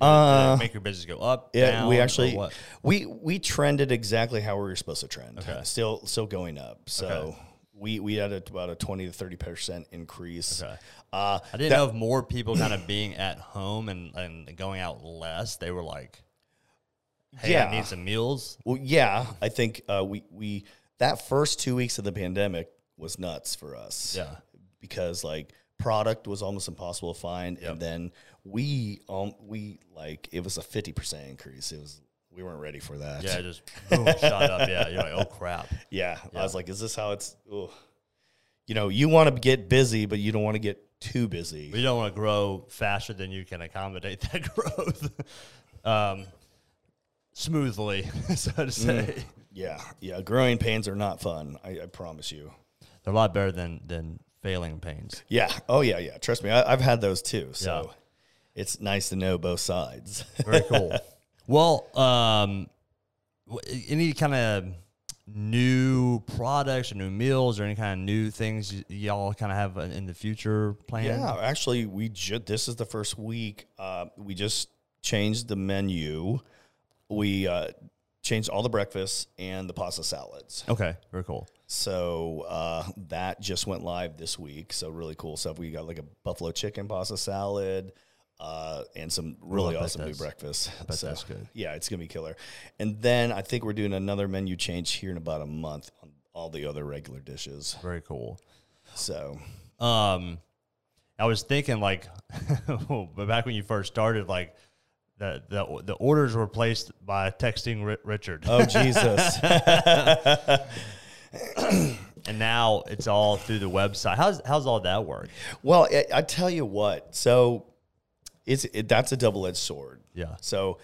S2: Did it
S3: Uh,
S2: make your business go up?
S3: yeah,
S2: down,
S3: we
S2: or
S3: actually
S2: what?
S3: we we trended exactly how we were supposed to trend.
S2: Okay.
S3: Still still going up. So
S2: Okay.
S3: we we had about a twenty to thirty percent increase.
S2: Okay.
S3: Uh,
S2: I didn't
S3: that-
S2: know if more people kind of being at home and, and going out less, they were like, hey,
S3: Yeah.
S2: I need some meals.
S3: Well, yeah, I think uh, we we that first two weeks of the pandemic was nuts for us.
S2: Yeah.
S3: because like product was almost impossible to find,
S2: Yep.
S3: and then we um we like it was a fifty percent increase. It was we weren't ready for that.
S2: Yeah, just boom, shot up. Yeah, you're like, oh, crap.
S3: yeah. I was like, is this how it's? Ugh. You know, you want to get busy, but you don't want to get too busy.
S2: We don't want to grow faster than you can accommodate that growth um, smoothly, so to say.
S3: yeah, yeah. Growing pains are not fun. I, I promise you.
S2: They're a lot better than, than failing pains.
S3: Yeah. Oh yeah, yeah. Trust me, I, I've had those too. So.
S2: Yeah.
S3: It's nice to know both sides.
S2: Very cool. well, um, w- any kind of new products or new meals or any kind of new things y- y'all kind of have in in the future planned?
S3: Yeah, actually, we just this is the first week. Uh, we just changed the menu. We uh, changed all the breakfasts and the pasta salads.
S2: Okay. Very cool.
S3: So uh, that just went live this week. So really cool stuff. We got like a buffalo chicken pasta salad. Uh, and some really
S2: I bet
S3: awesome new
S2: that's-
S3: breakfasts. I
S2: bet that's good.
S3: Yeah, it's gonna be killer. And then I think we're doing another menu change here in about a month on all the other regular dishes.
S2: Very cool.
S3: So
S2: Um, I was thinking like, but back when you first started, like the the the orders were placed by texting Ri- Richard,
S3: oh Jesus,
S2: and now it's all through the website. How's how's all that work?
S3: Well, I, I tell you what. So it's it, that's a double edged sword.
S2: Yeah.
S3: So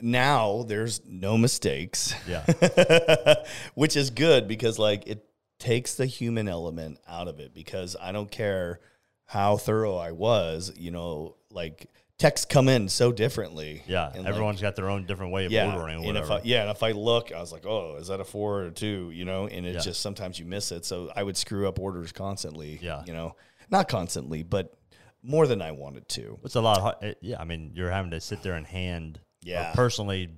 S3: now there's no mistakes,
S2: Yeah.
S3: which is good because like it takes the human element out of it because I don't care how thorough I was, you know, like texts come in so differently.
S2: Yeah.
S3: And, like,
S2: Everyone's got their own different way of
S3: yeah,
S2: ordering. Or
S3: and if
S2: whatever.
S3: I, yeah, and if I look, I was like, oh, is that a four or a two? You know, and it
S2: Yeah.
S3: just sometimes you miss it. So I would screw up orders constantly.
S2: Yeah.
S3: you know, not constantly, but more than I wanted to.
S2: It's a lot. Of, har- it- yeah, I mean, you're having to sit there and hand, or
S3: Yeah.
S2: personally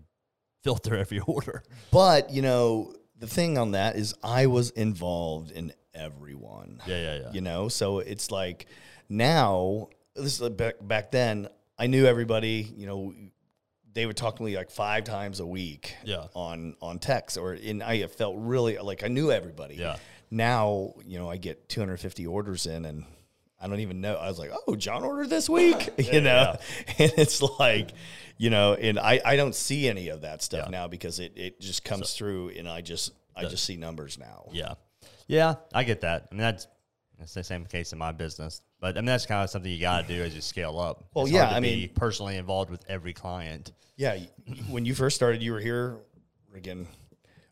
S2: filter every order.
S3: But you know, the thing on that is I was involved in everyone.
S2: Yeah, yeah, yeah.
S3: You know, so it's like now this is back back then. I knew everybody. You know, they would talk to me like five times a week.
S2: Yeah.
S3: On on text or in I felt really like I knew everybody.
S2: Yeah.
S3: Now you know I get 250 orders in and. I don't even know. I was like, "Oh, John ordered this week," you know, and it's like, you know, and I, I don't see any of that stuff
S2: Yeah.
S3: now because it, it just comes through, and I just I just see numbers now.
S2: Yeah, yeah, I get that. I mean, that's that's the same case in my business. But I mean, that's kind of something you got to do as you scale up.
S3: Well,
S2: It's hard
S3: yeah,
S2: to
S3: I
S2: be
S3: mean-
S2: personally involved with every client.
S3: Yeah, y- when you first started, you were here again.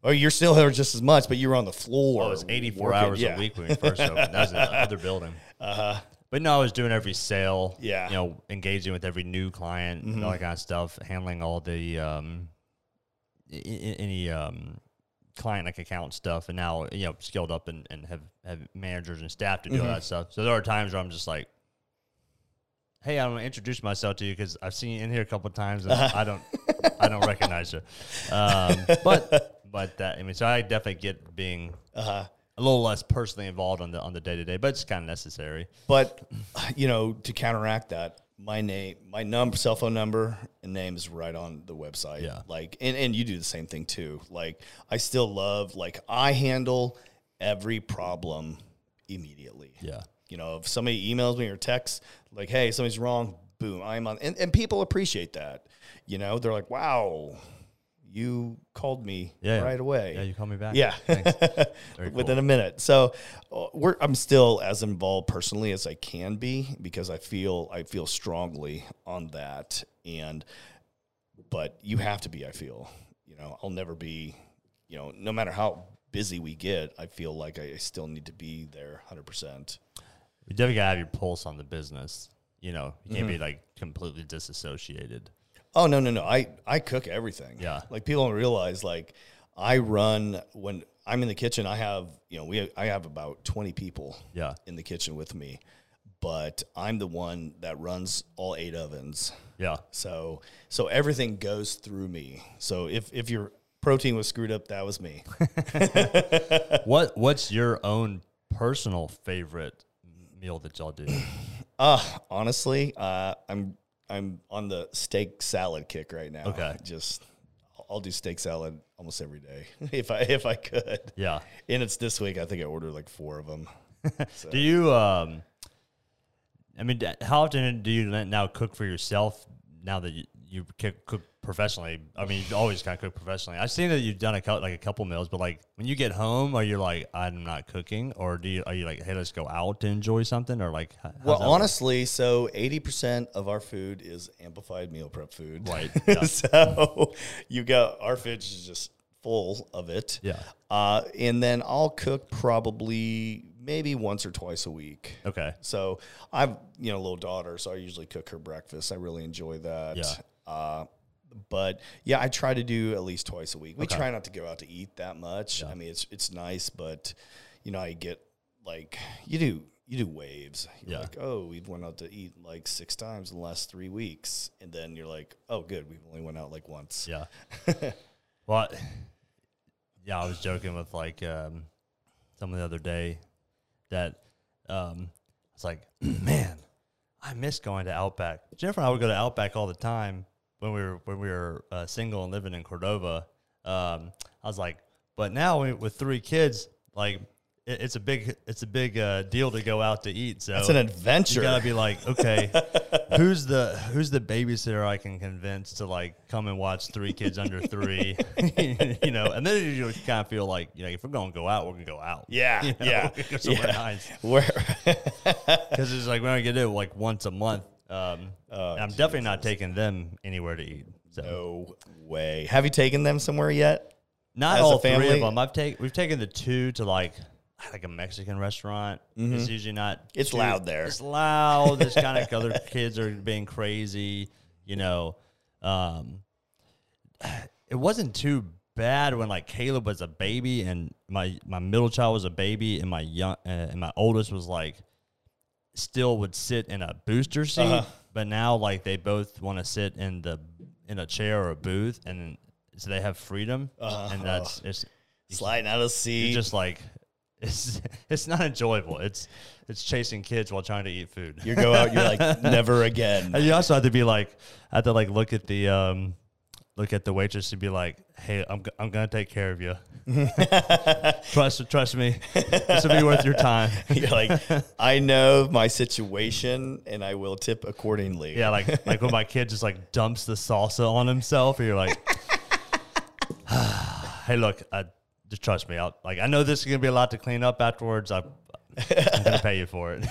S3: Oh, you're still here just as much, but you were on the floor.
S2: I Oh, was 84
S3: working.
S2: hours
S3: Yeah.
S2: a week when we first opened. That was in the other building. Uh-huh. But no, I was doing every sale.
S3: Yeah.
S2: You know, engaging with every new client, and all that kind of stuff, handling all the um, a- a- any um, client like account stuff, and now you know scaled up and, and have have managers and staff to do all that stuff. So there are times where I'm just like. Hey, I'm gonna introduce myself to you because I've seen you in here a couple of times, and I don't, I don't recognize you. Um, but, but that I mean, so I definitely get being a little less personally involved on the on the day to day, but it's kind of necessary.
S3: But you know, to counteract that, my name, my num cell phone number and name is right on the website.
S2: Yeah.
S3: Like and, and you do the same thing too. Like I still love like I handle every problem immediately.
S2: Yeah.
S3: You know, if somebody emails me or texts like, hey, something's wrong, boom, I'm on and, and people appreciate that. You know, they're like, Wow, you called me
S2: Yeah.
S3: right away.
S2: Yeah, you call me back.
S3: Yeah,
S2: Very
S3: within
S2: cool.
S3: a minute. So uh, we're I'm still as involved personally as I can be because I feel I feel strongly on that. And but you have to be. I feel you know I'll never be. You know, no matter how busy we get, I feel like I still need to be there 100. percent
S2: You definitely gotta have your pulse on the business. You know, you can't
S3: Mm-hmm.
S2: be like completely disassociated.
S3: Oh no no no! I I cook everything.
S2: Yeah.
S3: like people don't realize like I run when I'm in the kitchen. I have you know we I have about 20 people.
S2: Yeah.
S3: in the kitchen with me, but I'm the one that runs all eight ovens.
S2: Yeah.
S3: So so everything goes through me. So if if your protein was screwed up, that was me.
S2: What What's your own personal favorite meal that y'all do?
S3: Uh honestly, uh I'm I'm on the steak salad kick right now.
S2: Okay.
S3: Just I'll do steak salad almost every day if I if I could.
S2: Yeah.
S3: And it's this week. I think I ordered like four of them.
S2: Do you? Um, I mean, d- how often do you n- now cook for yourself? Now that you, you c- cook professionally, I mean, you always kind of cook professionally. I've seen that you've done a couple, like a couple meals, but like when you get home, are you like, I'm not cooking, or do you are you like, hey, let's go out to enjoy something, or like, h- how's
S3: Well,
S2: that work?
S3: honestly, so 80% of our food is amplified meal prep food.
S2: Right, yeah.
S3: so you go, our fridge is just full of it.
S2: Yeah.
S3: Uh, and then I'll cook probably maybe once or twice a week.
S2: okay,
S3: So I've, you know, a little daughter, so I usually cook her breakfast. I really enjoy that.
S2: Yeah.
S3: Uh, but yeah, I try to do at least twice a week. We try not to go out to eat that much. I mean, it's it's nice, but you know, I get like you do you do waves. You're
S2: Yeah.
S3: like, oh, we've went out to eat like six times in the last three weeks, and then you're like, oh, good, we only went out like once.
S2: yeah. well, I- yeah, I was joking with like um, someone the other day that um, I was like, man, I miss going to Outback. Jennifer and I would go to Outback all the time when we were when we were uh, single and living in Cordova. Um, I was like, but now we, with three kids, like it, it's a big it's a big uh, deal to go out to eat. So
S3: It's an adventure.
S2: you gotta be like, okay, who's the who's the babysitter I can convince to like come and watch three kids under three, you know? And then you just kind of feel like, you know, if we're gonna go out, we're gonna go out.
S3: yeah,
S2: You know,
S3: yeah,
S2: we're gonna go somewhere
S3: yeah.
S2: nice.
S3: Where
S2: Because it's like we're gonna do it like once a month. Um,
S3: Oh,
S2: and I'm definitely not taking them anywhere to eat. So
S3: no way. Have you taken them somewhere yet?
S2: not
S3: As a
S2: all three
S3: family-
S2: of them. I've taken we've taken the two to like like a Mexican restaurant. It's usually not.
S3: Mm-hmm. It's
S2: too-
S3: loud there.
S2: It's loud. It's kind of other kids are being crazy. You know, um, it wasn't too bad when like Caleb was a baby and my my middle child was a baby and my young uh, and my oldest was like still would sit in a booster seat,
S3: Uh-huh.
S2: but now like they both want to sit in the in a chair or a booth, and so they have freedom,
S3: Uh-huh.
S2: and that's it's,
S3: Sliding out of the seat.
S2: it's just like it's it's not enjoyable. It's it's chasing kids while trying to eat food.
S3: You go out, you're like, never again.
S2: and you also have to be like, I have to like look at the um look at the waitress and be like, hey, I'm go- I'm gonna take care of you. trust trust me, this will be worth your time.
S3: You're like, I know my situation and I will tip accordingly.
S2: Yeah, like like when my kid just like dumps the salsa on himself, and you're like, "Hey, look, I, just trust me. I'll, like, I know this is gonna be a lot to clean up afterwards. I, I'm gonna pay you for it."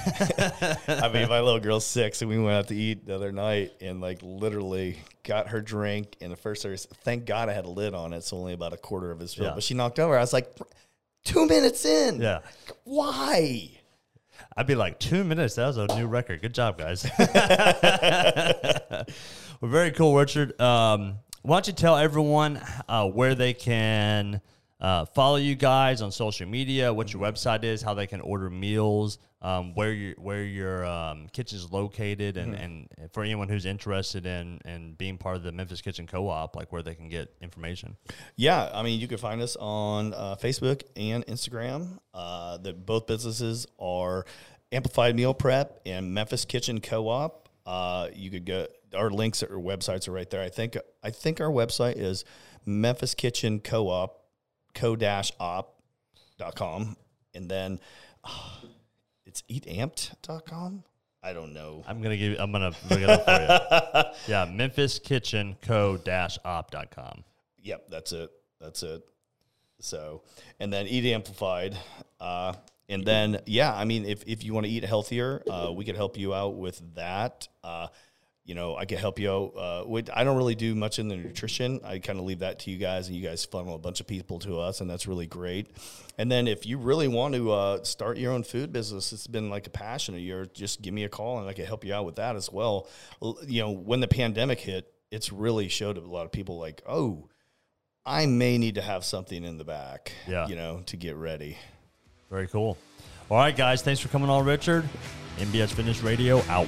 S3: I mean, my little girl's six and we went out to eat the other night and like literally got her drink and the first service. Thank God I had a lid on it. It's only about a quarter of his fill.
S2: Yeah.
S3: But she knocked over. I was like, two minutes in.
S2: yeah,
S3: Why?
S2: I'd be like, two minutes. That was a new record. Good job, guys. well, very cool, Richard. Um, why don't you tell everyone uh, where they can uh, follow you guys on social media, what your website is, how they can order meals, um, where your where your um, kitchen is located, and, and for anyone who's interested in in being part of the Memphis Kitchen Co-op, like where they can get information.
S3: Yeah, I mean, you can find us on uh, Facebook and Instagram. Uh, that both businesses are Amplified Meal Prep and Memphis Kitchen Co-op. Uh, you could go. Our links or websites are right there. I think I think our website is Memphis Kitchen Co-op co dash op dot com, and then uh, it's eatamped.com. I don't know.
S2: I'm gonna give. I'm gonna look it up for you. Yeah, Memphis Kitchen Co op.com.
S3: Yep, that's it. That's it. So, and then eat amplified. Uh, and then, yeah, I mean, if, if you want to eat healthier, uh, we could help you out with that. Uh, you know, I could help you out. Uh, with, I don't really do much in the nutrition. I kind of leave that to you guys, and you guys funnel a bunch of people to us, and that's really great. And then, if you really want to uh, start your own food business, it's been like a passion of yours, just give me a call, and I could help you out with that as well. L- You know, when the pandemic hit, it's really showed a lot of people like, oh, I may need to have something in the back,
S2: Yeah.
S3: you know, to get ready.
S2: Very cool. All right, guys. Thanks for coming on, Richard. NBS Fitness Radio out.